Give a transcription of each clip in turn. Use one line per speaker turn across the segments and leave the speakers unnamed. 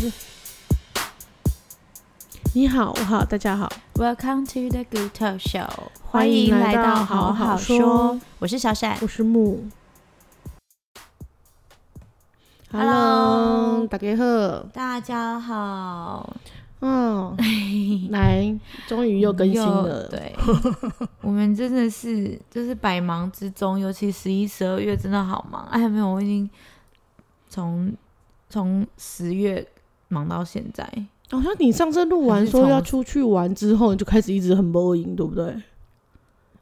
是你好，我好，大家好，
Welcome to the Good Talk Show，
欢迎来到好好说。
我是小闪，
我是木。
Hello
大家好，
大家 好。
嗯，来，终于又更新
又
了，
对， 我们真的是就是百忙之中，尤其十一、十二月真的好忙。哎，没有，我已经从从十月忙到现在。
好像你上次录完
还是
说
从
要出去玩之后，你就开始一直很播音，对不对？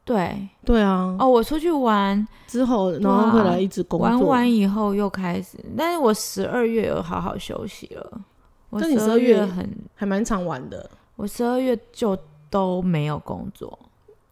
对，
对啊，
哦，我出去玩，
之后然后后来一直工作，
玩完以后又开始，但是我十二月有好好休息了。我
但你
十
12
二
月
月很
还蛮常玩的，
我十二月就都没有工作，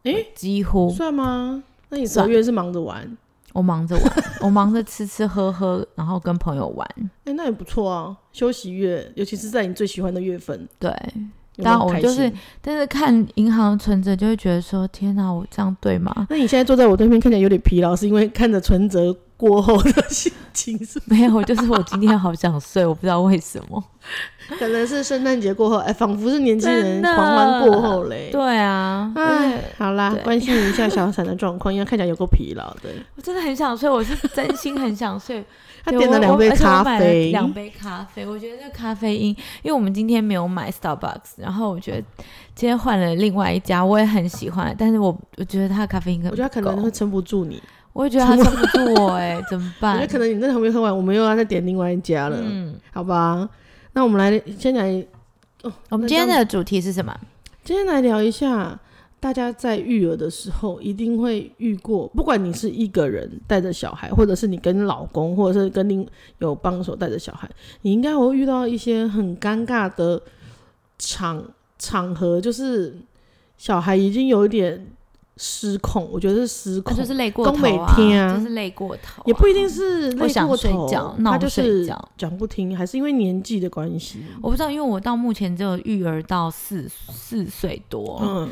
诶
几乎
算吗？那你十二月是忙着玩，
我忙着玩，我忙着吃吃喝喝，然后跟朋友玩。
哎，那也不错啊，休息月，尤其是在你最喜欢的月份，
对，
有没有
当然我
开
就是
心？
但是看银行存折就会觉得说，天哪，我这样对吗
那你现在坐在我对面，看起来有点疲劳，是因为看着存折过后的心情是不
没有，就是我今天好想睡，我不知道为什么。
是？ 可能是圣诞节过后，哎，仿佛是年轻人
真的
狂欢过后嘞。
对啊，
哎，好啦，
对
关心一下小闪的状况，因为看起来有够疲劳 的。
我真的很想睡，我是真心很想睡。
他
对
点了
我
两杯
我而且我
咖
买了
啡，
两杯咖啡。我觉得这咖啡因，因为我们今天没有买 Starbucks，然后我觉得今天换了另外一家，我也很喜欢，但是我我觉得它的咖啡因
我觉得他可能会
会，
撑不住你。
我也觉得它撑不住我、哎，怎么
我
办？
觉得可能你那旁边喝完，我们又要再点另外一家了，
嗯，
好吧？那我们来先来，哦，
我们
那
今天
这样
的主题是什么？
今天来聊一下，大家在育儿的时候一定会遇过，不管你是一个人带着小孩，或者是你跟老公，或者是跟另有帮手带着小孩，你应该会遇到一些很尴尬的场场合，就是小孩已经有一点失控，我觉得是失
那、
控，
就是累过头
东北
啊，
天啊
就是累过头啊、
也不一定是累
我想
过
睡
头
觉，
他
闹
就
睡
是
觉
讲不听，还是因为年纪的关系。
我不知道，因为我到目前只有育儿到四四岁多、
嗯，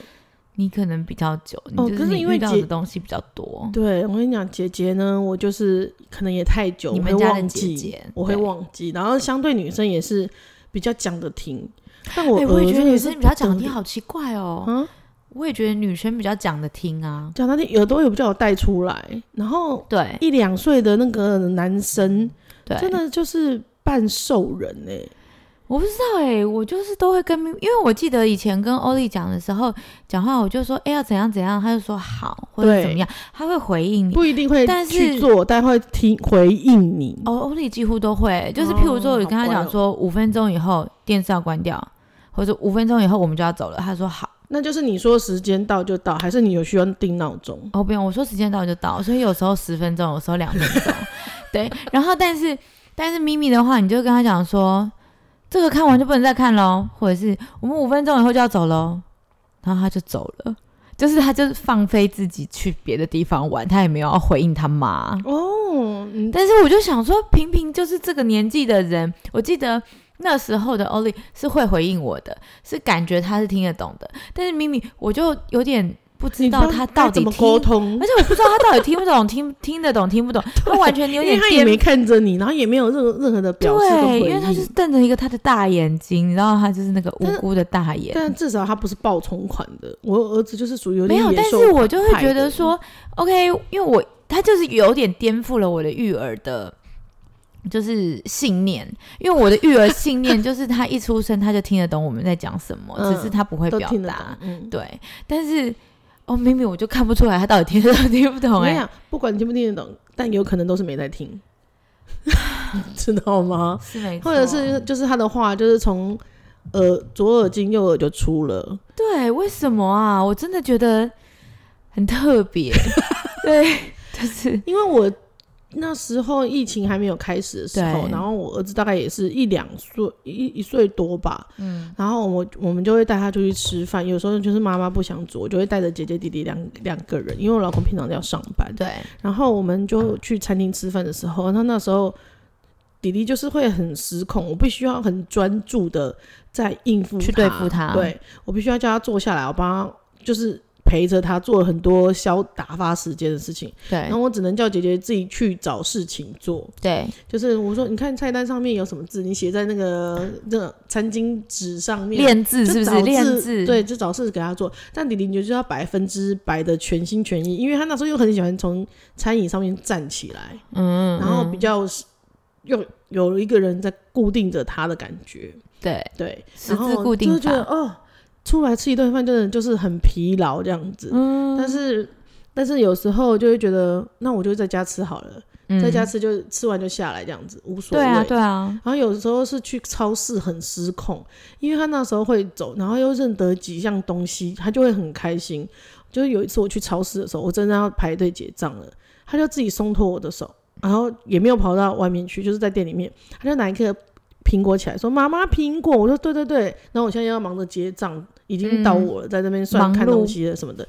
你可能比较久，你
哦
就
可是
你
因为
遇到
姐
的东西比较多。
对，我跟你讲，姐姐呢，我就是可能也太久，
你
我
们
会
家的
忘
姐
记，
姐
我会
对
忘记。然后相对女生也是比较讲得听，但我、
哎、我也觉得女生比较讲得
得
听，好奇怪哦。
啊，
我也觉得女生比较讲得听啊。
讲得听，耳朵也比较有带出来。然后
对，
一两岁的那个男生，
对，
真，的就是半兽人哎、
我不知道哎、我就是都会跟，因为我记得以前跟欧丽讲的时候，讲话我就说，哎、要怎样怎样，他就说好，或者
对
怎么样，他会回应你。
不一定会
但
去
是
做，但会听回应你。
哦，欧丽几乎都会，就是譬如说，
哦
我跟他
好乖
讲
哦
说，五分钟以后电视要关掉，或者五分钟以后我们就要走了，他说好。
那就是你说时间到就到，还是你有需要定闹钟？
哦，不用，我说时间到就到，所以有时候十分钟，有时候两分 钟，对。然后但是但是咪咪的话，你就跟他讲说，这个看完就不能再看喽，或者是我们五分钟以后就要走喽，然后他就走了，就是他就是放飞自己去别的地方玩，他也没有要回应他妈。
哦，嗯
但是我就想说，平平就是这个年纪的人，我记得那时候的欧丽是会回应我的，是感觉他是听得懂的，但是咪咪我就有点不知
你
道
知
他
该
到底
怎么
听
沟通
而？且我不知道他到底听不懂，听听得懂听不懂，他完全有
因为
点
他也
颠
没看着你，然后也没有任何任何的表示跟回
对，
应。
因为他就是瞪着一个他的大眼睛，你知道他就是那个无
但是
辜的大眼。
但至少他不是爆冲款的。我儿子就是属于有
没
点
有，
野
但是
兽
我就会
派
觉得
的嗯
说，OK，因为我他就是有点颠覆了我的育儿的，就是信念，因为我的育儿 信念就是他一出生他就听得懂我们在讲什么，
嗯
只是他不会
都
表
听得懂
达，。
嗯，
对，但是哦，明明我就看不出来他到底听得懂听不
我
懂
跟
哎、
你讲，不管你听不听得懂，但有可能都是没在听， 知道吗？
是没错，
或者是就是他的话，就是从耳左耳进右耳就出了。
对，为什么啊？我真的觉得很特 别。对，就是
因为我那时候疫情还没有开始的时候，
对
然后我儿子大概也是一两岁一一岁多吧，
嗯，
然后我我们就会带他出去吃饭，有时候就是妈妈不想煮，我就会带着姐姐弟弟两两个人，因为我老公平常都要上班。
对，
然后我们就去餐厅吃饭的时候，那那时候弟弟就是会很失控，我必须要很专注的在应付
去对付他
对我必须要叫他坐下来，我帮他就是。陪着他做了很多消打发时间的事情，
对
然后我只能叫姐姐自己去找事情做。
对
就是我说，你看菜单上面有什么字，你写在那个那个餐巾纸上面，
练字
就是
不
找
是练
字
字？
对，就找事给他做。但弟弟你就是要百分之百的全心全意，因为他那时候又很喜欢从餐椅上面站起来，
嗯，嗯，
然后比
嗯
较是又有一个人在固定着他的感觉，
对
对，
十
然
字
后
固定
就觉得
法，
哦，出来吃一顿饭真的就是很疲劳这样子，
嗯
但是。但是有时候就会觉得，那我就在家吃好了，在家
嗯
吃就吃完就下来这样子，无所谓。
对啊对 啊，
然后有时候是去超市很失控，因为他那时候会走，然后又认得几项东西，他就会很开心。就是有一次我去超市的时候，我真的要排队结账了，他就自己松脱我的手，然后也没有跑到外面去，就是在店里面，他就拿一颗苹果起来说：“妈妈，苹果。”我说：“对对对。”然后我现在要忙着结账，已经到我了，在那边算
忙
看
碌
东西了什么的。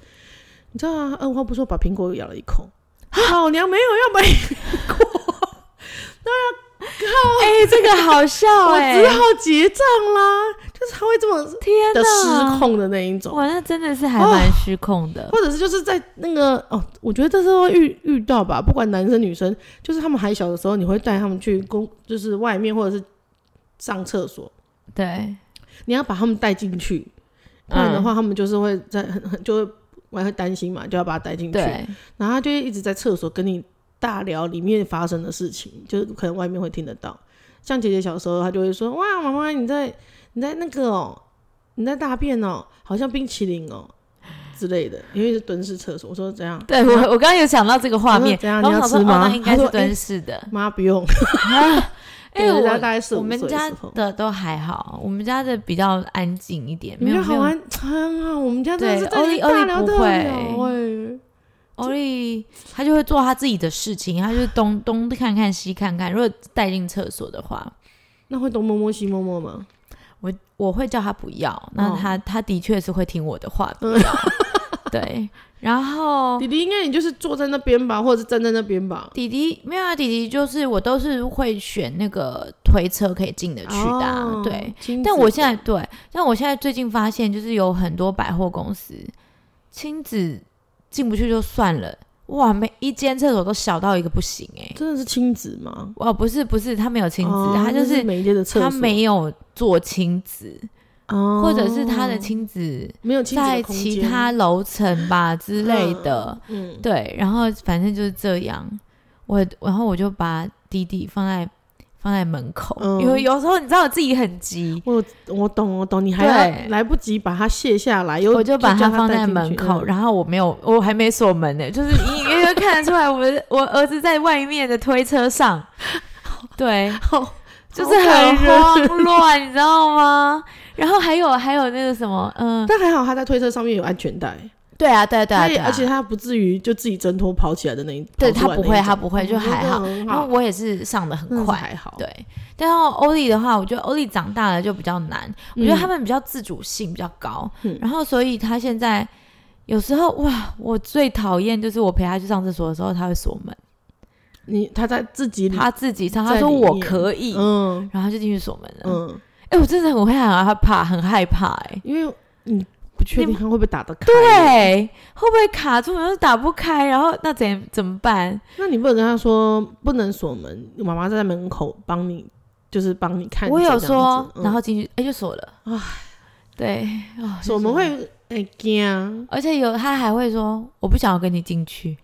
你知道啊，二话不说把苹果咬了一口， 老娘没有要买
哎，这个好笑
我
哎，
只好结账啦，就是他会这么
天
的
哪
失，控的哦那一种，
哇，那真的是还蛮失控 的，
或者是就是在那个哦，我觉得这是会遇遇到吧，不管男生女生，就是他们还小的时候，你会带他们去公，就是外面或者是上厕所，
对，
你要把他们带进去，不然
嗯
的话他们就是会在 很很就会我会担心嘛，就要把他带进去，
对，
然后他就会一直在厕所跟你大聊里面发生的事情，就是可能外面会听得到。像姐姐小时候，她就会说：“哇，妈妈，你在你在那个哦，你在大便哦，好像冰淇淋哦之类的。”因为是蹲式厕所，我说怎样？
对我我刚刚有想到这个画面，
嗯怎样
然后
你要
我想
吃
说哦
吗
那应该
他
是
说哎
蹲式的，
妈不用，
哎，
我家
我
大概是
我们家的都还好，我们家的比较安静一点，
你
没
们
有
家
没
好
有。
玩，很好，我们家真的是
对欧
在大
丽
聊
欧丽
特
不
聊
会
哎。
欧丽她就会做她自己的事情，她就东东看看西看看。如果带进厕所的话，
那会东摸摸西摸摸吗？
我我会叫她不要，那
哦嗯
她她的确是会听我的话的。对，然 后
弟弟应该也就是坐在那边吧，或者是站在那边吧。
弟弟没有啊，弟弟就是我都是会选那个推车可以进得去的啊、
哦
对。，
亲
但
子
我
的
现在对，但我现在最近发现，就是有很多百货公司亲子进不去就算了，哇，每一间厕所都小到一个不行哎、
真的是亲子吗？
哇，哦不是不是，他没有亲子，
哦
他就
那
是
每一间的厕所，
他没有做亲子，
哦，
或者是他的亲子
没有亲子的
在
空
其
间
他楼 层吧之类的，
嗯，
对，然后反正就是这样，我然后我就把弟弟放在放在门口，
嗯
因为有时候你知道我自己很急，
我我懂我懂，你还要
对
来不及把它卸下来，又
我就把
叫
它
他
放
带
在
进
门
去
口，
嗯
然后我没有，我还没锁门呢，就是隐隐约约看得出来我的，我儿子在外面的推车 上，对，
好
就是
感
很
人
慌乱，你知道吗？然后还有还有那个什么，嗯，
但还好他在推车上面有安全带，
对啊，对啊对啊，
他也
对啊
而且他不至于就自己挣脱跑起来的那一，
对
跑出
他
来
不
那
会，
一
他
种
不会，就
嗯
还
那
好。
很
然后
好，
我也是上的
那
很
是
快，
还好，
对。但是欧丽的话，我觉得欧丽长大了就比较难，我觉得
嗯
他们比较自主性比较高，
嗯
然后所以他现在有时候哇，我最讨厌就是我陪他去上厕所的时候，他会锁门，
你他在自己里，
他自己上，他
嗯在
说
里
我
面
可以，
嗯
然后他就进去锁门了。哎、
嗯，
我真的很会很害怕，很害怕哎、
因为你不确
你
定他会不会打得开，，
对，会不会卡住，然后打不开，然后那怎怎么办？
那你不能跟他说不能锁门，妈妈在门口帮你，就是帮你看着
我
这
有
样子。
说，
嗯
然后进去，哎、就锁了。
唉
对，哦
锁门，
就
会哎惊啊
而且有他还会说，我不想要跟你进去。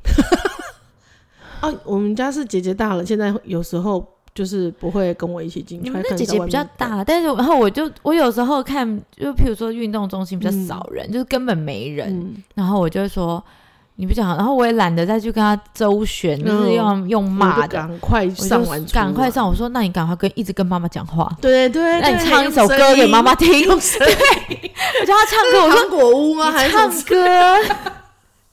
哦！我们家是姐姐大了，现在有时候就是不会跟我一起进去。
你们
她可
的
能
姐
在
姐
外
比较
面等，
大，但是然后我就我有时候看，就譬如说运动中心比较少人，就是根本没人，
嗯，
然后我就会说你不想，然后我也懒得再去跟他周旋，就是
嗯
用用
我
骂
就
的，
赶快
我就
上完，
赶快。上。我说那你赶快跟一直跟妈妈讲话，
对对对，
那你
对
唱一首歌给妈妈。听，
用声音用声音
我叫他唱歌，我
糖
说
果屋吗？还
你
是什么
唱歌，
要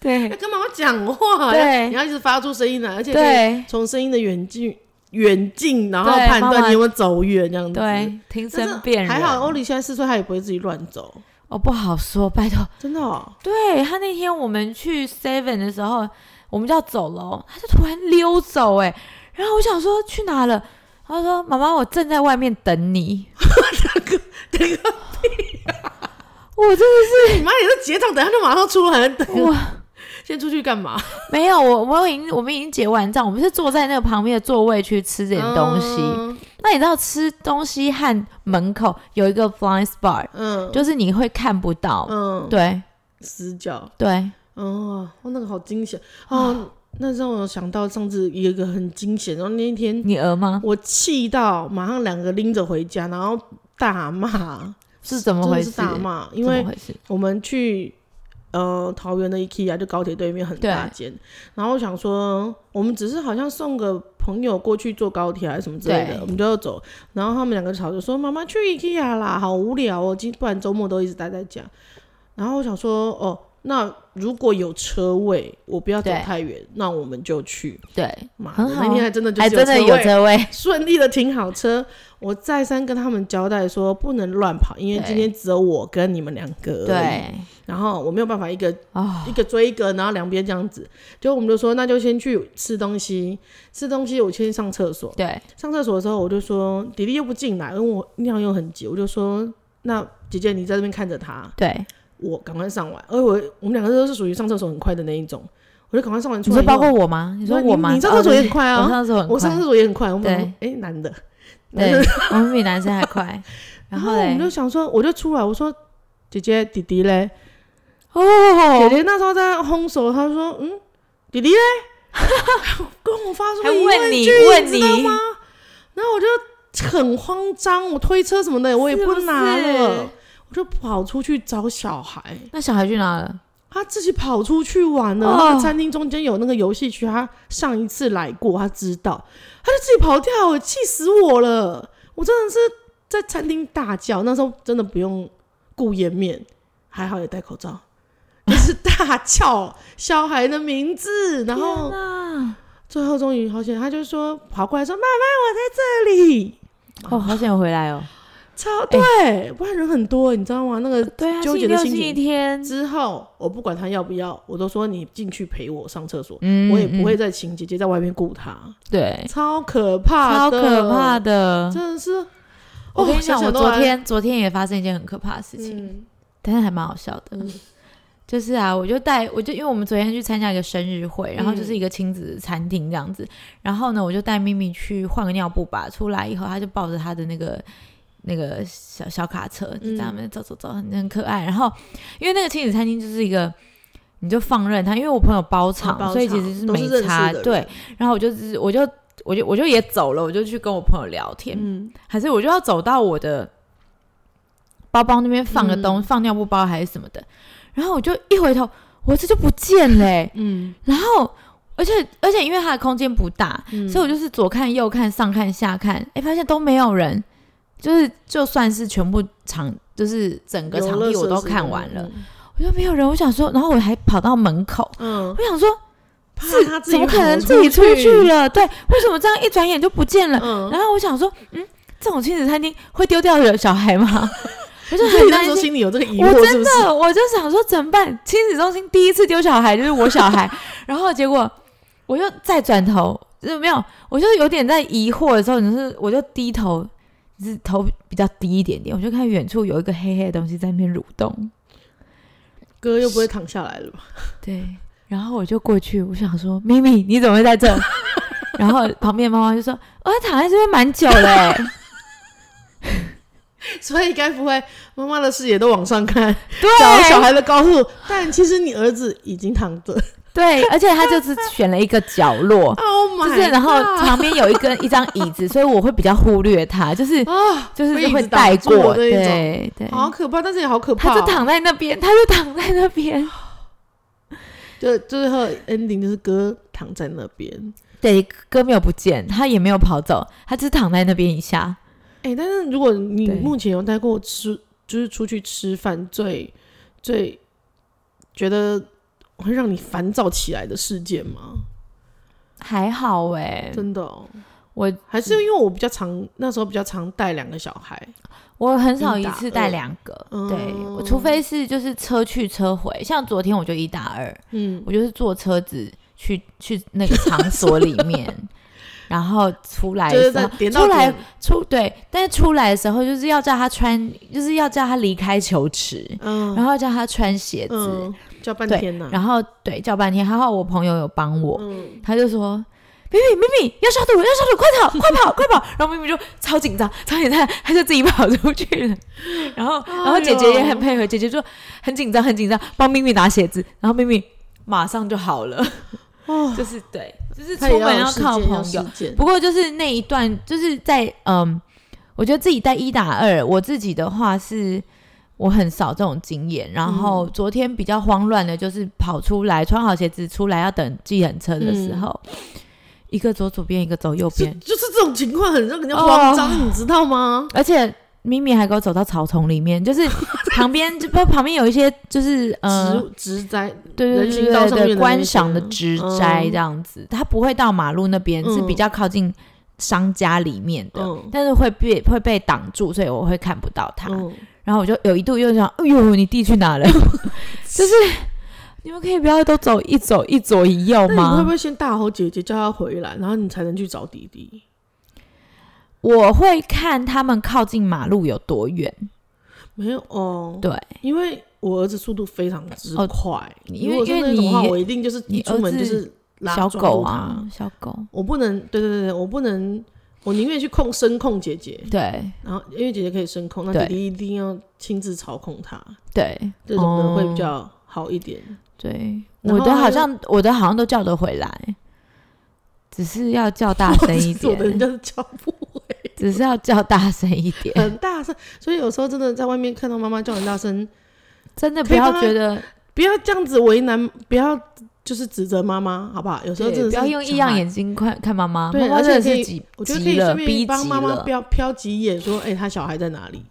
对
跟妈妈讲话？
对
要你要一直发出声音来，而且可以
对
从声音的远近远近，然后
对
判
妈妈
断你有没有走远这样子。
对，听
但是
声辨人，
还好欧里现在四岁，他也不会自己乱走，
哦，不好说，拜托。
真的、 哦。
对他那天我们去 Seven 的时候，我们就要走了哦，他就突然溜走、哎，然后我想说去哪了？他说：“ 妈妈，我正在外面等你。”那个，那个屁、 我真
你妈也是结账，等下就马上出 来，等
的我
先出去干嘛？
没有我我已经我们已经结完账，我们是坐在那个旁边的座位去
嗯
吃点东西。那你知道吃东西和门口有一个 blind spot，
嗯，嗯，
就是你会看不到。
嗯，
对
死角，
对，
哦，哦那个好惊险哦，那让我想到上次有一个很惊险，然后那一天
你鹅吗？
我气到马上两个拎着回家，然后大骂，
是怎么
真
回
的
事
是？大骂，因
怎么
为
回事？
我们去呃桃园的 IKEA 就高铁对面很大间，然后我想说我们只是好像送个朋友过去坐高铁还是什么之类的
对，
我们就要走，然后他们两个吵着说妈妈去 IKEA 啦，好无聊哦，今不然周末都一直待在家，然后我想说哦。那如果有车位，我不要走
对
太远，那我们就去。
对，
妈的，
很好
那天还真的就
还
是
真的有车位，
顺利的停好车，我再三跟他们交代说不能乱跑，因为
对
今天只有我跟你们两个而已。
对
然后我没有办法一个、
哦
一个追一个，然后两边这样子，就我们就说那就先去吃东西，吃东西我先上厕所，
对
上厕所的时候我就说弟弟又不进来，因为我尿又很急，我就说那姐姐你在这边看着他，
对。
我赶快上完，而哎我我们两个都是属于上厕所很快的那一种，我就赶快上完出
你
来以后，
说包括我吗？你说
对你
我吗？
你上厕所
哦
也很快啊
我上厕所很快，
我上厕所也很快，我们哎
对、
诶男的，男的
对，我们比男生还快。 然后
我
嘞
们，就想说，我就出来，我说姐姐弟弟嘞，姐
哦，
姐那时候在烘手，她说嗯，弟 弟嘞，跟我发出
还
个疑
问你
句，
问
知道
你
吗？然后我就很慌张，我推车什么的我也
是不
拿了
是，
我就跑出去找小孩，
那小孩去哪了？
他自己跑出去玩了。
哦
那个餐厅中间有那个游戏区，他上一次来过，他知道，他就自己跑掉了，气死我了！我真的是在餐厅大叫，那时候真的不用顾颜面，还好也戴口罩，就是大叫小孩的名字，然后
天哪
最后终于好险，他就说跑过来说：“妈妈，我在这里。
哦，好想回来哦。”
超对，不然人很多，你知道吗？那个
对啊，
纠
星期
结的
六、
心
星期
情
天，
之后，我不管他要不要，我都说你进去陪我上厕所，
嗯
我也不会
嗯
再请姐姐在外面顾他，
对，
超可怕
超
的，
可怕的。
真的是。
我跟你
哦想
讲，我
想都
昨
来
天昨天也发生一件很可怕的事情，
嗯
但是还蛮好笑的。
嗯
就是啊，我就带我就因为我们昨天去参加一个生日会，然
嗯
后就是一个亲子餐厅这样子，然后呢，我就带咪咪去换个尿布吧。出来以后，她就抱着她的那个那个小小卡车，就在那
嗯
边走走走，很很可爱。然后因为那个亲子餐厅就是一个。你就放任他，因为我朋友包场，
哦包
所以其
场
实
都是
没
认识
差。
的人
对，然后我就只是我就我就我就也走了，我就去跟我朋友聊天。
嗯
还是我就要走到我的包包那边放个东、
嗯
放尿布包还是什么的，然后我就一回头，我这就不见了欸、
嗯
然后而且而且因为它的空间不大，
嗯
所以我就是左看右看上看下看，哎、发现都没有人，就是就算是全部场就是整个场地我都看完了，，我就没有人，我想说，然后我还跑到门口，
嗯，
我想说
怕
是
他自己
怎么可能
跑
自己出去啊
去？
了？对，为什么这样一转眼就不见了？
嗯，
然后我想说，嗯，这种亲子餐厅会丢掉的小 孩吗？我就
所以
很
那
担
时候
心。
心里有这个疑
我
惑，是
真
不
的
是？，
我就想说怎么办？亲子中心第一次丢小孩就是我 小孩，然后结果我又再转头，就是没有，我就有点在疑惑的时候，你是我就低头，就是头比较低一点点，我就看远处有一个黑黑的东西在那边蠕动，
哥又不会躺下来了 吧？
对，然后我就过去，我想说咪咪你怎么会在这？然后旁边妈妈就说，我、哦、躺在这边蛮久了、 欸。
所以该不会妈妈的视野都往上看，
对，
找小孩的高度，但其实你儿子已经躺 着。，
对，而且他就是选了一个角落
Oh my！
就是然后
God
旁边有一根一张椅子，所以我会比较忽略 他，就是
啊，
就是
被椅
会
子挡
带
住了
过，
那一种
对对。
好可怕，但是也好可怕
他
哦。
就躺在那边，他就躺在 那边。
就最后 ending 就是哥躺在那边。
对，哥没有不见，他也没有跑走，他只是躺在那边一下。
哎、但是如果你
对
目前有带过吃，就是出去吃饭最最觉得会让你烦躁起来的事件吗？
还好哎、
真的、哦，
我
还是因为我比较常那时候比较常带两个小孩，
我很少一
一打
次
二
带两个，
嗯
对，我除非是就是车去车回，像昨天我就一打二，
嗯，
我就是坐车子去去那个场所里面，然后出来
就
的
是
时
在
候，
点到
出来
点
出对，但是出来的时候就是要叫他穿，就是要叫他离开球池，
嗯，
然后叫他穿鞋子，
嗯，叫半
对
天呐、
然后对叫半天，还好我朋友有帮我，
嗯，
他就说。米米米米要消毒，要消毒，快跑，快跑，快跑！然后米米就超紧张，超紧张，他就自己跑出去了。然后，然后姐姐也很配合，姐姐就很紧张，很紧张，帮咪咪拿鞋子，然后咪咪马上就好了。
哦，
就是对，就是
他
出
也
门
有时间
靠
要
朋
实
友。
践
不过就是那一段，就是在嗯，我觉得自己带一打二，我自己的话是我很少这种经验。然后昨天比较慌乱的，就是跑出来穿好鞋子出来要等计程车的时候，一个走左边，一个走右
就
边，
就是这种情况很让人家
哦
慌张，你知道吗？
而且。咪咪还给我走到草丛里面，就是旁边，就不旁边有一些就是呃
植植栽，
对对
人
对
行道上
对
面
对
的那
观赏
些
的植栽
嗯
这样子，它不会到马路那边，是比
嗯
较靠近商家里面的，
嗯
但是会被会被挡住，所以我会看不到它。
嗯，
然后我就有一度又想，哎呦，你弟去哪了？ 就是你们可以不要都走一走一左一右
那你会不
吗？
会先大吼姐姐叫她回来，然后你才能去找弟弟？
我会看他们靠近马路有多远，
没有哦，
对，
因为我儿子速度非常之
哦
快，
因
如
为
果是
因为
那种的话，
你
我一定就是
你
一出
儿
门就
子
是拉
小
抓
狗
住
啊
他，，
小狗，
我不能，对对对对，我不能，我宁愿去控声控姐姐，
对
然后因为姐姐可以声控，那
对
弟弟一定要亲自操控他，
对
这种的会
哦
比较好一点。
对，
然
我
后
的
还
好
有
像我的好像都叫得回来，只是要叫大声 一
我的人
点，
家是教不会，
只是要叫大声一 点，
很大声，所以有时候真的在外面看到妈妈叫很大声，
真的
可
不
以
要
帮他
觉得
不要这样子为难，不要就是指责妈妈，好不好？有时候
对
真的
不要
是
用异
小
样
孩
眼睛看看妈妈，
对
妈妈
而且
真的
可以
是急
我觉得可以
急了，
顺
逼
便帮
急
妈妈
了，
飘飘几眼，说：“哎、他小孩在哪里？”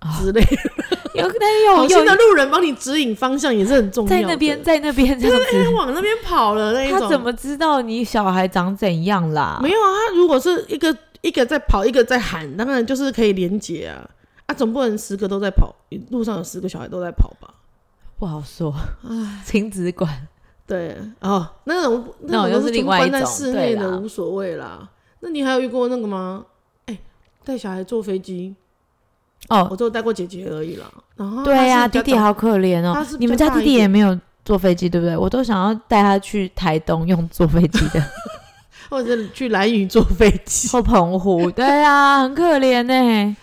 啊
之类的，
哦有但是
好
又
心
又
的路人帮你指引方向也是很重要的。
在那边，在 那边这样
他
子，
往那边跑了那一种。
他怎么知道你小孩长怎样啦？
没有啊？他如果是一个一个在跑，一个在喊，当然就是可以连接啊。啊，总不能十个都在跑，路上有十个小孩都在跑吧？
不好说， 亲子馆
对，哦，那种
那种又
都
是
全
另
部
外一
关在
种
室
对
内的
啦
无所谓啦。那你还有遇过那个吗？哎、带小孩坐飞机，
哦
我，只有带过姐姐而已啦。然后
对
呀、
呀，弟弟好可怜
他
哦
是，比
你们
较
家
大
弟
一
弟也
点
没有坐飞机对不对？我都想要带他去台东用坐飞机的
或者去蓝屿坐飞 机，
或澎湖，对啊，很可怜 呢。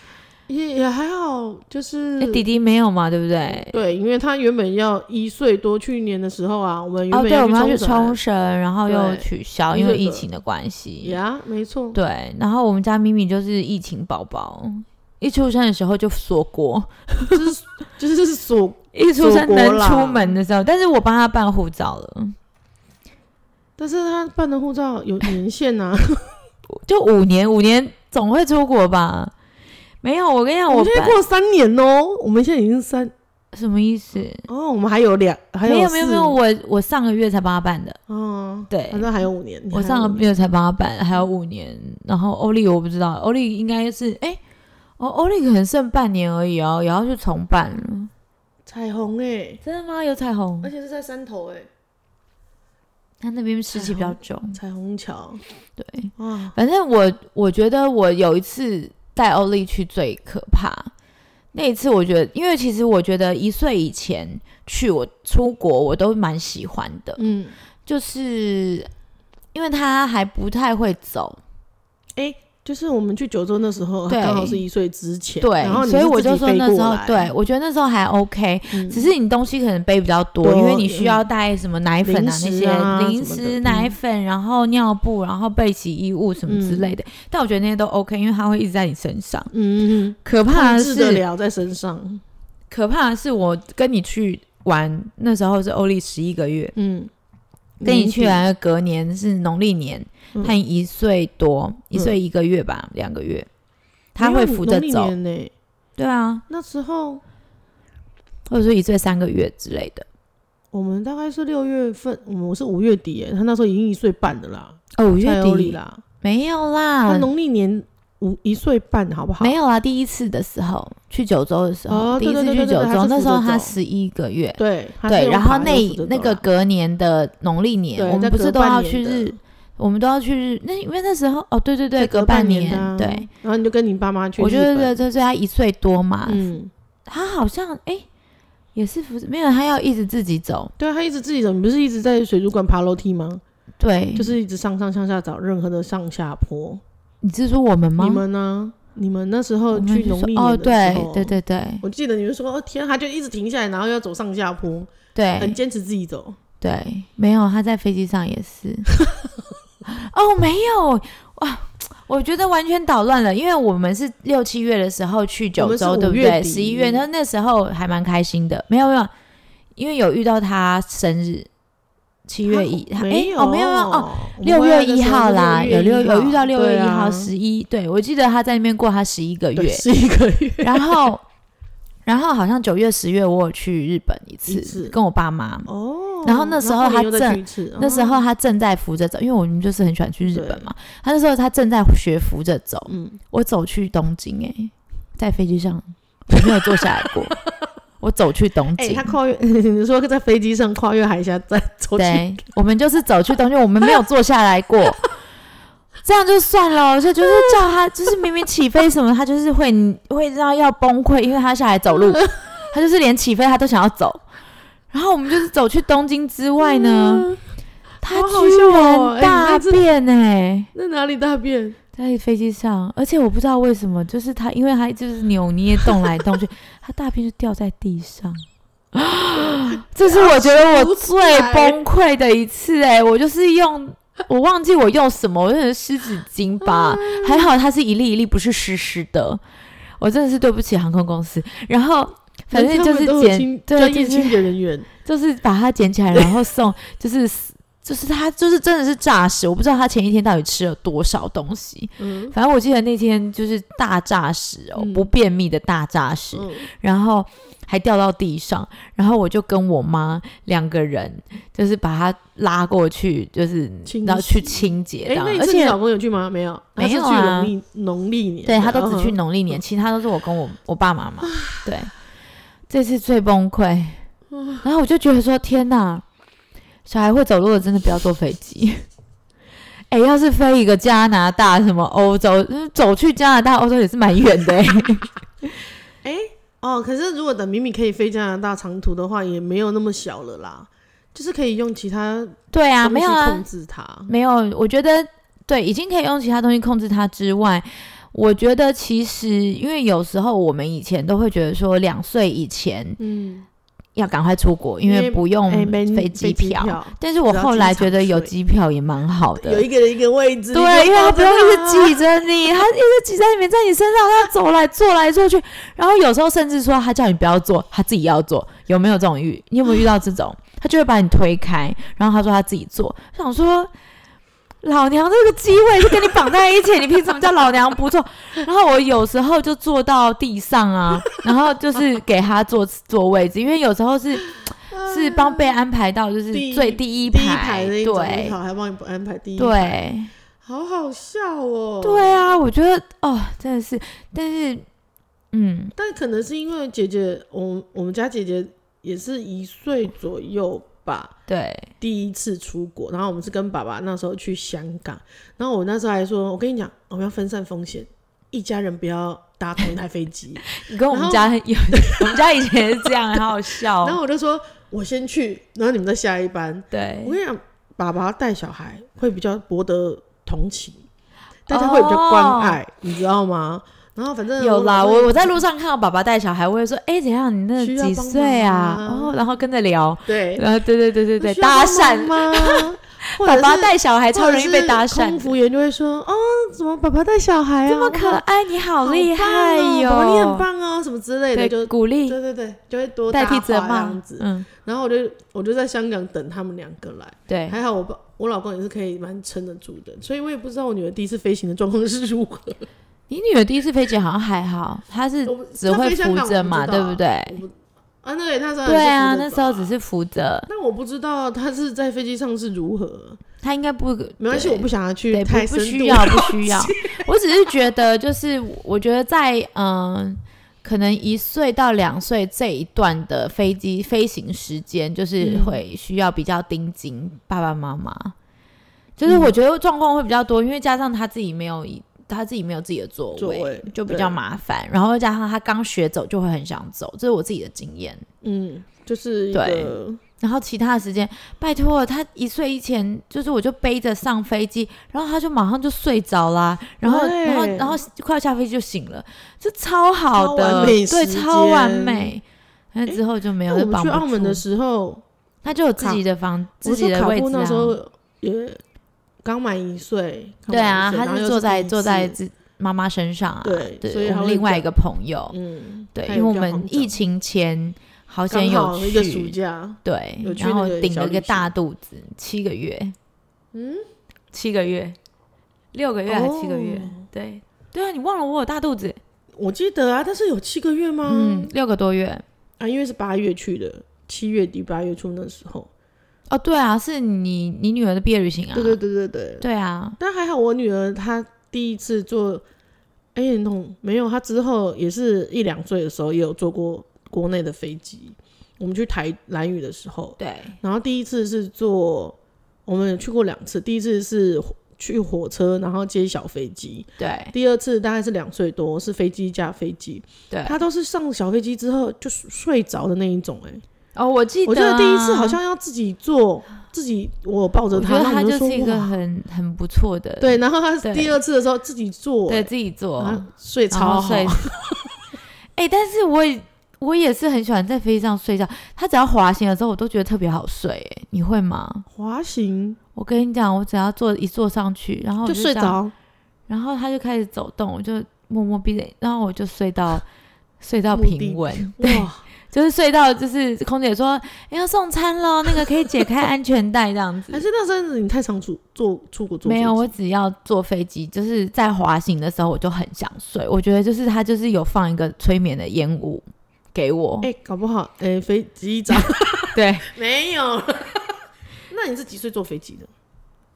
也也还好，就是、
哎，弟弟没有嘛，对不对？
对，因为他原本要一岁多，去年的时候啊，我们原
哦，
本
对，我们要
去
去冲
冲
绳，然后又
对
取消，
因
因
为
为疫
这个
情的关系。
呀没错，
对，然后我们家咪咪就是疫情宝宝，一出生的时候就锁国，
就是就是锁，
一出生
锁国
能
啦
出门的时候，但是我帮他办护照了，
但是他办的护照 有年限呐、啊，
就五年，五年总会出国吧？没有，我跟你讲，
我
我
们现在
办
过三年哦，我们现在已经三
什么意思？
哦，我们还有两，还
没有
四
没有没有，，我我上个月才帮他办的，
哦，
对
反正还有五年，你
我
还有
上
五
个
年
月才帮他办，还有五年。然后欧丽我不知道，欧丽应该是哎，哦欧丽可能剩半年而已哦，也要去重办了。
彩虹哎、
真的吗？有彩虹
而，且是在山头哎、
他那边湿气比较重，
彩虹桥
对。
哇，
反正我我觉得我有一次带欧丽去最可怕，那一次我觉得，因为其实我觉得一岁以前去我出国我都蛮喜欢的，
嗯，
就是因为他还不太会走，
就是我们去九州那时候，他
对
刚好是一岁之前，
对
然后，你
所以
是
我
自
就
己
说
飞
那
过
时候
来，
对我觉得那时候还 OK，
嗯
只是你东西可能背比较多，
多
因为你需要带什么奶粉啊、
零食啊
那些零
什么的
食、
嗯
奶粉，然后尿布，然后备洗衣物什么之
嗯
类的。但我觉得那些都 OK，因为它会一直在你身上。
嗯，嗯嗯
可怕
控
的
制得
是，
了在身上，
可怕的是，我跟你去玩那时候是欧丽十一个月，
嗯，
跟你
年底
去啊玩的隔年是农历年，
嗯
他一岁多，一岁一个月吧，两个月，他会扶着
没有
走
农历。年呢，
对啊，
那时候
或者说一岁三个月之类的。
我们大概是六月份，我们我是五月底耶，他那时候已经一岁半的啦，
哦，五
蔡
月
欧里
底
啦，
没有
他
啦，
农历年五一岁半，好不好？
没有啦。第一次的时候去九州的时候，
哦
第一次
对
去
对对对对他是扶
九州
着
那时候他
走
十一个月。
对他是
对，
用
然后
爬
那
扶着走
那个
啦
隔年的农历年，
对
我们
再
不
隔
是都
半
要
年
去
的
日，我们都要去日，那因为那时候哦，对对对，
再
隔
隔
半
年的啊
对，，
然后你就跟你爸妈去日
我
本，
觉得这这他一岁多嘛，
嗯，
他好像哎、也是不是没有，他要一直自己走，
对啊，他一直自己走，你不是一直在水族馆爬楼梯吗？
对，
就是一直上上下下找任何的上下坡。
你是说我们吗？
你们呢？你们那时
我
候
们
去
就
农
说
历
哦，
年的时
对
候
对，对对
我记得你们说哦天啊，他就一直停下来，然后要走上下坡，很
对
坚持自己走。
对，没有，他在飞机上也 是，哦，没有哇。我觉得完全捣乱了，因为我们是六七月的时候去
我
九
们是
州，
五
对不
月
对？
底
十一月，那那时候还蛮开心的。没有没有，因为有遇到他生日，七月一，
啊
他哎、
没有
哦没有没有哦，
我们
六
回来
月
的时候
一
是
号啦，有
六
六有遇到六月一号
是
十一，对我记得他在那边过他十一个月，
是一个 月，
然后然后好像九月十月我有去日本一次，
一次
跟我爸妈，
哦，
然后那时候
然后
他
又再
正
去一次
那时，
哦
候他正在扶着走，因为我们就是很喜欢去日本嘛，他那时候他正在学扶着走，
嗯，
我走去东京哎、在飞机上我没有坐下来 过，我走去东
哎、
京。
他跨越， 你说在飞机上跨越海峡再走去，
对，我们就是走去东京，我们没有坐下来 过，这样就算了。我就就是叫他，就是明明起飞什么，他就是会会让要崩溃，因为他下来 走路，他就是连起飞他都想要走。然后我们就是走去东京之外呢，
嗯，
他
好好
居
笑哦哎
然
你
大
那真
便哎、
那哪里大便？
在飞机上，而且我不知道为什么，就是他，因为他就是扭捏动来 动去，他大便就掉在 地上。这是我觉得我最崩溃的一次、哎，我就是用，我忘记我用什么，我用湿纸巾 吧，还好它是一粒一粒，不是湿湿的。我真的是对不起航空公司，然后反正就是
他们都有
捡
清，
对，
专
就
业
是
清洁人员，
就是把它捡起来，然后送， 就是就是他就是真的是诈尸，我不知道他前一天到底吃了多少东西，
嗯
反正我记得那天就是大炸屎哦，
嗯
不便秘的大炸屎，
嗯，
然后还掉到地上，然后我就跟我妈两个人就是把它拉过去，就是
清
然后去
洗
清洁这
哎、
样，
那一
而
次你
且
老公有去吗？没有，
没有
他是去
啊
农历农历年的，
对他都只去
嗯
农历年，其他都是我跟我我爸妈妈，对，这次最崩溃，然后我就觉得说天哪，小孩会走路的真的不要坐飞机。哎、要是飞一个加拿大、什么欧洲，嗯走去加拿大、欧洲也是蛮远的、欸。
哦。可是如果等明明可以飞加拿大长途的话，也没有那么小了啦，就是可以用其他
对啊，
东
没
西
有啊
控，制它。
没有。我觉得对，已经可以用其他东西控制它之外，我觉得其实因为有时候我们以前都会觉得说，两岁以前
嗯，
要赶快出国，因
因
为
为
不用
哎、没
嗯飞机
机
票。但是我后来觉得有机票也蛮好的
有，一个人一个位置，
对，因为他
他
不用一 直挤着你，他一直挤在里面，在你身上，他走来坐来坐去，然后有时候甚至说他叫你不要做，他自己要做，有没有这种遇？你有没有遇到这种？他就会把你推开，然后他说他自己做，我想说。老娘这个机会是跟你绑在一起，你凭什么叫老娘不做？然后我有时候就坐到地上啊，然后就是给他坐坐位置，因为有时候是是帮被安排到就是
啊第一
最第一
嗯第一排那一种，你
对
好，还帮你安排第一，，
对，
好好笑哦。
对啊，我觉得哦，真的是，但是，嗯，
但可能是因为姐姐，我我们家姐姐也是一岁左右吧，
对，
第一次出国，然后我们是跟爸爸那时候去香港，然后我那时候还说，我跟你讲，我们要分散风险，一家人不要搭同一台飞 机。
你跟我们
然后
家有， 我们家以前也是这样，很好 笑
然。后我就说，我先去，然后你们再下一班。
对
我，跟你讲，爸爸带小孩会比较博得同情，大家会比较关爱，你知道吗？然后反正
哦有啦，
老公
我我在路上看到爸爸带小孩，我也说，哎、怎样？你那
需要
几
帮忙
岁啊？
吗
然后、然后跟着聊，
对
然后对对对对对，
需要帮忙
搭 讪，
吗？或者是
爸爸带小孩超容易被搭
或者是
讪
空
的，
服员就会说：“哦，怎么爸爸带小孩啊？
这么可爱，你好厉害
哦，
哟、
爸爸你很棒哦，什么之类的，
对，
就
鼓励
对对对，就会多
代
搭
替
话这
责骂
样，子。
嗯，
然后我就我就在香港等他们两个来，
对，
还好我爸我老公也是可以蛮撑得住的，所以我也不知道我女儿第一次飞行的状况是如何。
你女儿第一次飞机好像还好，她是
我
只会扶着嘛，对不？对？
她飞香港我知道啊，那个那时候还是
对啊，
扶着
那时候
走
只。是扶着，
那我不知道她是在飞机上是如何，
他应该不
没关系，我
对
不想要去
对不
太
不
深
需
度
要不
了
需要， 我只是觉得就是我觉得在嗯、可能一岁到两岁这一段的飞机飞行时间，就是
嗯
会需要比较盯紧爸爸妈妈。就是
嗯
我觉得状况会比较多，因为加上他自己没有一他自己没有自己的座位，
座位
就比
对
较麻烦。然后再加上他刚学走就会很想走，这是我自己的经验。
嗯，就是一
对
个
然后其他的时间，拜托他一岁以前，就是我就背着上飞机，然后他就马上就睡着啦，然后
对
然后然后快要下飞机就醒了，这超好
超
的，
完美时
对，超完
间
美。那之后就没
因
有，
为我
就
们
绑
去
不
澳门的
住
时候，
他就有自己的房，自
我
己
说
的
卡
位
布
置
那
啊
时。候也刚满一岁，刚
对啊，
满一岁然
他
后又
是
是
坐在
第一
坐在
次
自妈妈身上啊。
对所以
我
他
们
会
另外
讲
一个朋友，
嗯，
对，
他
因
也
为我
比较
们
慌
疫
张
情前好
刚
险有
好
去
一个暑假，
对
有，去
然后
那个
顶
小
了一个
旅
大肚子，七个月，嗯，七个月，六个月还是七个月？
哦
对，对啊，你忘了我有大肚子，
我记得啊，但是有七个月吗？
嗯，六个多月。
啊，因为是八月去的，七月底八月初那时候，
哦，对啊，是你你女儿的毕业旅行啊，
对对对对对。
对啊，
但还好我女儿她第一次做 A 眼筒没有，她之后也是一两岁的时候也有坐过国内的飞机，我们去台兰屿的时候，
对，
然后第一次是坐，我们有去过两次，第一次是火去火车，然后接小飞机，
对，
第二次大概是两岁多，是飞机加飞机，
对。
他都是上小飞机之后就睡睡着的那一种、哎，
哦，我记得，
我记得第一次好。像要自己坐，自己我抱着
我觉
他，
得
然后
他
我就
就
说
是一个
哇
很很不错的，
对，然后他
对
第二次的时候自己坐、
对
哎
自己做，
然后睡
然后
超好
睡。 哎、但是我也我也是很喜欢在飞机上睡觉。他只要滑行的时候，我都觉得特别好睡、哎，你会吗？
滑行
我跟你讲，我只要坐一坐上去，然后我
就睡
这样，
着，
然后他就开始走动，我就默默闭着，然后我就 睡到睡到
目的
平稳，对，
哇，
就是睡到就是空姐说、哎要送餐喽，那个可以解开安全带这样
还
子。
是那阵子你太常出坐出国坐
没有，
飞
我
机
只要坐飞机，就是在滑行的时候我就很想睡。我觉得就是他就是有放一个催眠的烟雾给我，
哎、搞不好哎、飞机 长。
对，
哎没有。 那你是几岁坐飞机的？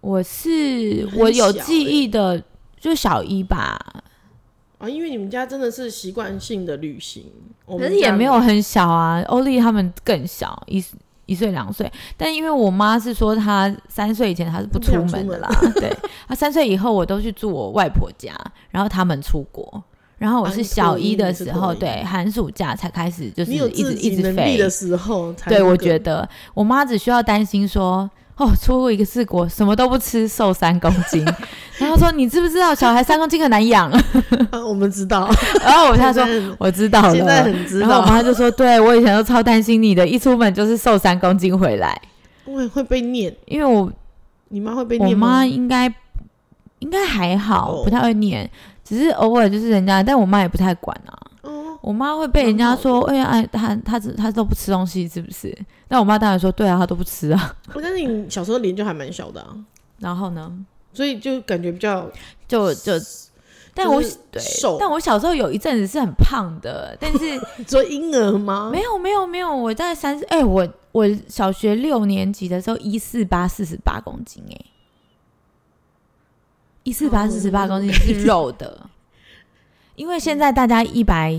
我是
很
我有
小
记
欸
忆的，就小一吧，
啊，因为你们家真的是习惯性的旅行，我
可
们
是也
家
没有很小啊。欧丽他们更小，一岁一岁两岁。但因为我妈是说她三岁以前她是不
她不
出
想
门
出
的
门
啦，对。她三岁以后我都去住我外婆家，然后他们出国。然后我
啊
是
你
小
脱衣
一的
你是
时
脱
候，
衣
对寒暑假才开始，就是
你有
一直
自
一
己
直
能力
飞
的时候才、
对，我觉得我妈只需要担心说，哦，出过一个事故，什么都不吃，瘦三公斤。 然后说你知不知道小孩三公斤很难养？
得、 啊、我们知道。
然后 我她
现
说
在
我知 道
现在
了。
很知
然后我
道，
妈就说，对我以前都超担心你的，一出门就是瘦三公斤回来，
我也会被念，
因为我
你妈会被
我
念吗
妈？应该应该还好，
哦
不太会念，只是偶尔就是人家，但我妈也不太管啊。
哦，
我妈会被人家
蛮好
说，哎呀，哎，她她只她都不吃东西是不是？那我妈当然说，对啊，她都不吃啊。
我但是你小时候脸就还蛮小的、啊，
然后呢？
所以就感觉比较
就哦就，但我
就是
对，
瘦
但我小时候有一阵子是很胖的，但是
做婴儿吗？
没有没有没有，我在三十，哎，我我小学六年级的时候一四八四十八公斤、哎，一四八四十八公斤是肉的，因为现在大家一百，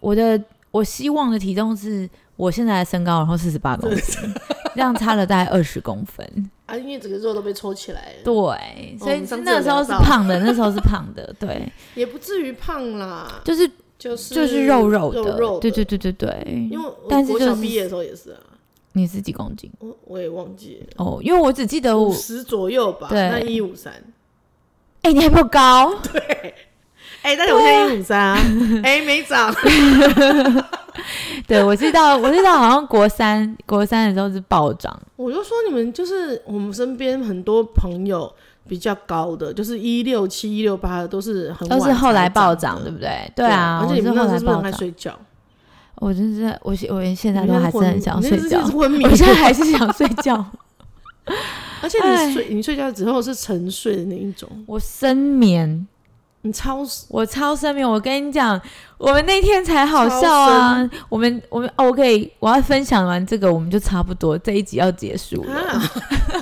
我的我希望的体重是我现在的身高，然后四十八公斤， 这样差了大概二十公分，
啊，因为整个肉都被抽起来了，
对，所
我
以
哦们上次
那
有
时候
聊
是
到
胖的，那时候是胖的， 对，
也不至于胖啦，
就是
就是
就是肉肉的，
肉肉
对对
的，
对对对
因。为我
但是
我
就
小
是
毕业的时候也是啊，
你是几公斤？
我我也忘记了。
哦，因为我只记得
五
我，
十左右吧，
对
那一五三。
哎、你还比我高，
哎、但是我现在一五三 啊，哎、没长。
对我知道，我知道，好像国三国三的时候是暴涨，
我就说你们就是我们身边很多朋友比较高的，就是一六七、一六八的，都是很晚
都是后来暴
长
涨，
的
对不对？对啊，
而且
我
你
是
们
后
那时候
来
是不是
暴
很爱
涨，
睡觉？
我真是在我现我现在
你
都
那
还
是
是
昏
很想
你
睡
那是
觉
是，昏迷
我现在还是想睡觉。
而且
哎
你睡你睡觉之后是沉睡的那一种，
我深眠，
你超
我超深眠。我跟你讲，我们那天才好笑啊！我们我们哦，我可以，我要分享完这个，我们就差不多这一集要结束了。
啊！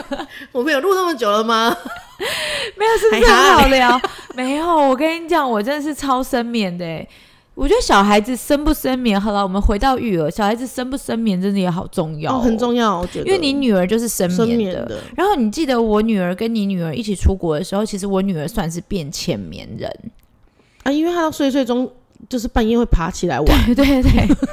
我们有录那么久了吗？
没有，是不是
还
很
好
好聊？没有，我跟你讲，我真的是超深眠的欸。我觉得小孩子生不生眠，好了，我们回到育儿，小孩子生不生眠真的也好重要、
哦，很重要，我觉得，
因为你女儿就是生
生
眠
眠
的。
的，
然后你记得我女儿跟你女儿一起出国的时候，其实我女儿算是变浅眠人，
啊，因为他到睡睡中就是半夜会爬起来玩，
对对对，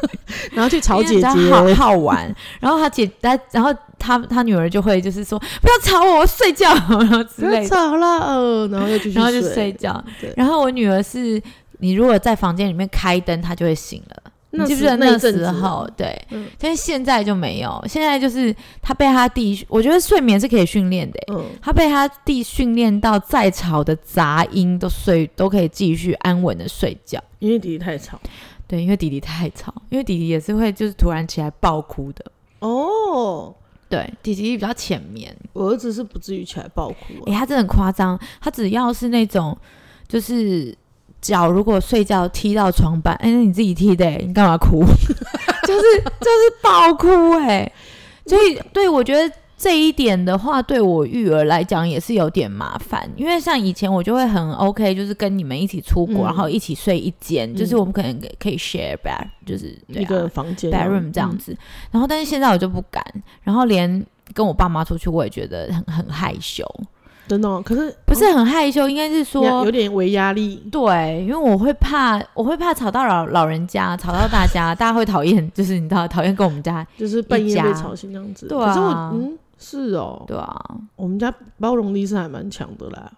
然后去吵
因为
姐
比
姐，
较好好玩。然后她姐，她然后她她女儿就会就是说不要吵我，我要睡觉，然后之
不要
类的，
吵了，呃然后又继续，
然后就睡。觉。
对，
然后我女儿是，你如果在房间里面开灯，她就会醒了。你
那
记不
时
记得
那
那
一阵
时
子
候？对
嗯，
但是现在就没有，现在就是她被她弟，我觉得睡眠是可以训练的欸、
嗯，
他被他弟训练到再吵的杂音都睡都可以继续安稳的睡觉。
因为弟弟太吵
对，因为弟弟太吵，因为弟弟也是会就是突然起来爆哭的。
哦，
对，弟弟比较浅眠，
我儿子是不至于起来爆哭
诶、
啊，
欸他真的很夸张，他只要是那种就是脚如果睡觉踢到床板，哎、那你自己踢的、诶你干嘛哭？ 就是就是爆哭哎、诶所以对我觉得。这一点的话，对我育儿来讲也是有点麻烦，因为像以前我就会很 OK，就是跟你们一起出
嗯
国，然后一起睡一间，
嗯
就是我们可能可以 share bed，就是对
一
啊
个嗯房间
bedroom 这样，子。然后，但是现在我就不敢，然后连跟我爸妈出去，我也觉得很很害羞。
嗯真的哦。可是
不是很害羞，应该是
嗯压
说
有点微压力，
对，因为我会怕，我会怕吵到老老人家，吵到大家，大家会讨厌，就是你知道，讨厌跟我们家，
就是半夜
家
被吵醒这样子。
对啊
可是我嗯是哦，
对啊，
我们家包容力是还蛮强的啦，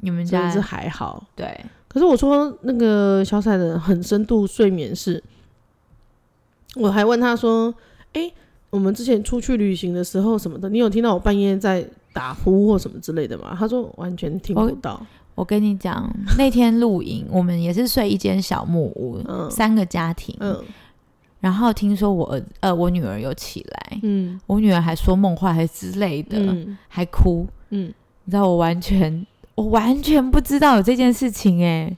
你们
真
家
的是还好。
对，
可是我说那个小彩的很深度睡眠是，我还问他说：“哎、我们之前出去旅行的时候什么的，你有听到我半夜在打呼或什么之类的吗？”他说完全听不到。
我跟你讲，那天露营，我们也是睡一间小木屋，
嗯
三个家庭，
嗯
然后听说我儿呃我女儿有起来，
嗯
我女儿还说梦话还之类的，
嗯
还哭，
嗯，
你知道我完全我完全不知道有这件事情哎、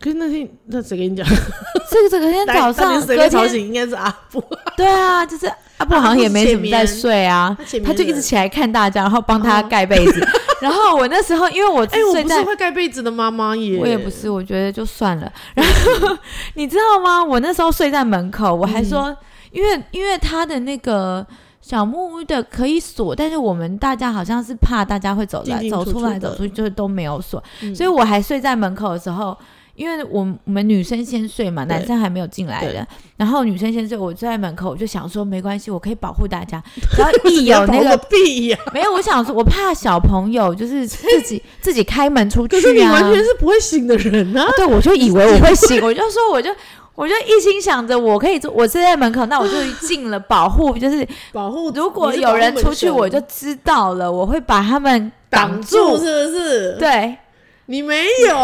可是那天那谁跟你讲？
这个这个天
来
早
当
上
天谁
隔
被吵
天
醒？应该是阿布，
对啊，就是阿布好像也没什么在睡啊，
他前面
他就一直
人
起来看大家，然后帮他
哦
盖被 子。然后我那时候因为我是
哎、我
睡
不是
在。
会盖被子的妈妈耶，
我也不是，我觉得就算了。然后 你知道吗？我那时候睡在门口，我还
嗯
说，因为因为他的那个小木屋的可以锁，但是我们大家好像是怕大家会走来
进进
走
出
出
出
来
的
走出去，就是都没有锁。
嗯，
所以我还睡在门口的时候，因为我我们女生先睡嘛，
对
男生还没有进来的
对，
然后女生先睡，我坐在门口，我就想说没关系，我可以保护大 家。然后
为什么
一有
要
那
保
个
我屁 呀、
没有，我想说我怕小朋友 就是自己自己开门出
可是你
去啊，
完全是不会醒的人啊
啊！对我就以为我会醒，我就说我就。我就一心想着我可以做，我睡在门口，那我就尽了 保护，就是
保护
如果
你是
有
保护
人
门
出去，
神
我就知道了，我会把他们
挡住，是不是？，
对，
你没有。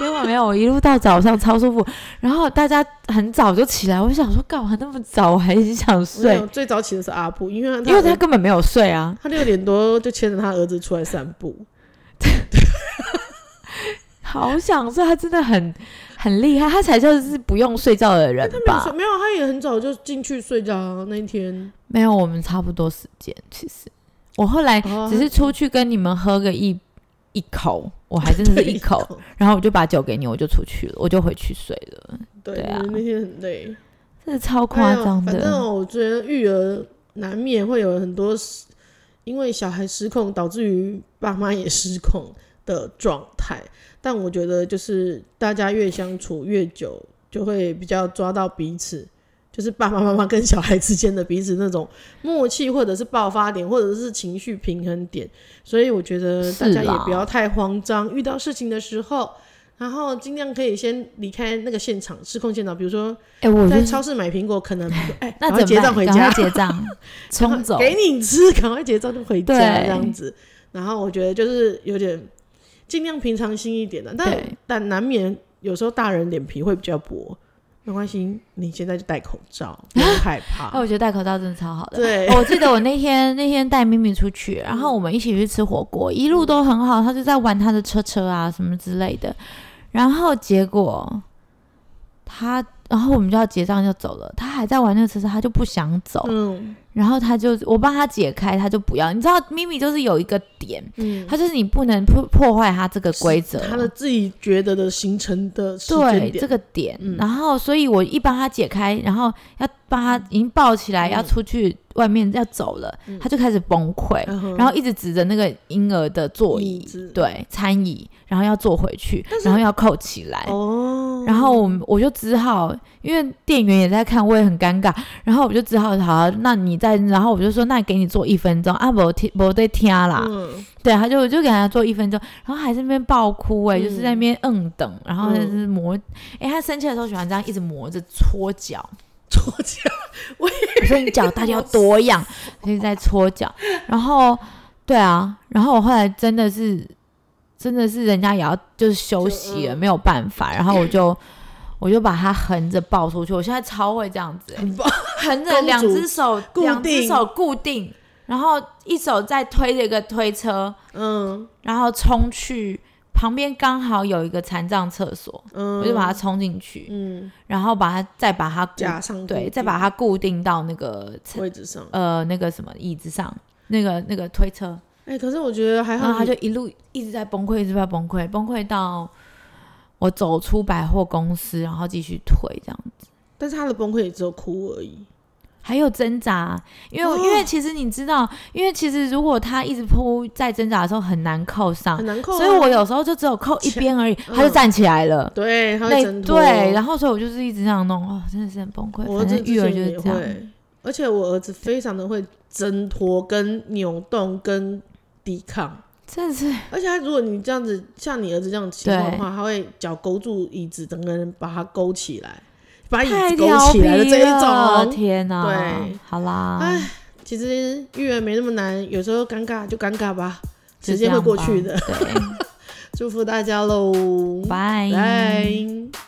结果没有，我一路到早上超舒服，然后大家很早就起来，我就想说干嘛那么早，我还很想
没
睡
有，，最早起的是阿布，因为他
因为他根本没有睡啊。
他六点多就牵着他儿子出来散步，
好想睡，他真的很很厉害，他才叫是不用睡觉的人
他没有
吧
睡，？没有，他也很早就进去睡觉啊。那一天
没有，我们差不多时间。其实我后来
哦
哎只是出去跟你们喝个一一口，我还真的 是一口，，然后我就把酒给你，我就出去了，我就回去睡了，
对
对
对
啊
那天很累，
真的超夸
哎
张
呀反
的。
正我觉得育儿难免会有很多失因为小孩失控导致于爸妈也失控的状态，但我觉得就是大家越相处越久，就会比较抓到彼此。就是爸爸妈妈跟小孩之间的彼此那种默契，或者是爆发点，或者是情绪平衡点。所以我觉得大
是
家也
啦
不要太慌张，遇到事情的时候，然后尽量可以先离开那个现场，失控现场。比如说
哎、我
在
就
超市买苹果，可能哎，赶
那怎
快
么
结
办？
账回
赶快
家，
结 账，冲 走。
给你吃，赶快结账就回家
对
这样子。然后我觉得就是有点尽量平常心一点的，但
对
但难免有时候大人脸皮会比较薄，没关系，你现在就戴口罩，不要害
哎、
怕。
我觉得戴口罩真的超好
啊
的。
对嗯
哦，我记得我那天那天带咪咪出去，然后我们一起去吃火锅，一路都很好，他就在玩他的车车啊什么之类的。然后结果他然后我们就要结账就走了，他还在玩那个车车，他就不想走，
嗯
然后他就我帮他解开，他就不要。你知道咪咪就是有一个点，
嗯，
他就是你不能破破坏他这个规则，
他的自己觉得的形成的时间
对
点，
这个点，
嗯
然后所以我一帮他解开，然后要帮他已经抱起来，
嗯
要出去外面要走了，
嗯
他就开始崩溃，
嗯哼
然后一直指着那个婴儿的座椅，
椅子
对餐椅，然后要坐回去，然后要扣起来。
哦，
然后我们我就只好，因为店员也在看，我也很尴尬。然后我就只好好啊，那你再，然后我就说，那给你做一分钟啊，我听我在听啦。
嗯
对，他就我就给他做一分钟，然后还在那边爆哭哎、
嗯
就是在那边嗯等，然后就是磨，哎、他生气的时候喜欢这样一直磨着搓脚，
搓脚，
我说你脚到底要多痒，就是在搓脚，然后对啊，然后我后来真的是真的是人家也要就是休息了，
就嗯
没有办法，然后我就。我就把它横着抱出去，我现在超会这样子、欸，
很棒，
横着
公主
两只手，
固定
两只手固定，然后一手在推着一个推车，
嗯
然后冲去旁边，刚好有一个残障厕所，
嗯，
我就把它冲进去，
嗯
然后把它再把它固
加上
对，
固
再
定
把它固定到那个厕
位置上。
呃那个什么椅子上，那个那个推车，
哎、可是我觉得还
然后
好
他
你，
就一路一直在崩溃，一直在崩溃，崩溃到我走出百货公司，然后继续推这样。
但是他的崩溃也只有哭而已。
还有挣扎，因为、
哦
因为其实你知道，因为其实如果他一直扑在挣扎的时候很难扣上，
很难扣啊、
所以我有时候就只有扣一
切
边而已，
嗯
他就站起来了。
对他会
那
挣脱，哦
对，然后所以我就是一直这样弄，哦，真的是很崩溃。
我儿
反
子
正育儿
之前
就是
也
这样，
会，而且我儿子非常的会挣脱、跟扭动、跟抵抗。
真的是
而且他如果你这样子，像你儿子这样情况的话，他会脚勾住椅子，整个人把它勾起来，把椅
太
子
调
勾起
皮
来的这一
了，
种。
天哪！
对，
好啦，
哎，其实育儿没那么难，有时候尴尬就尴尬吧，
就
时间
这
会
样
过
吧
去的。
对，
祝福大家喽，
拜
拜。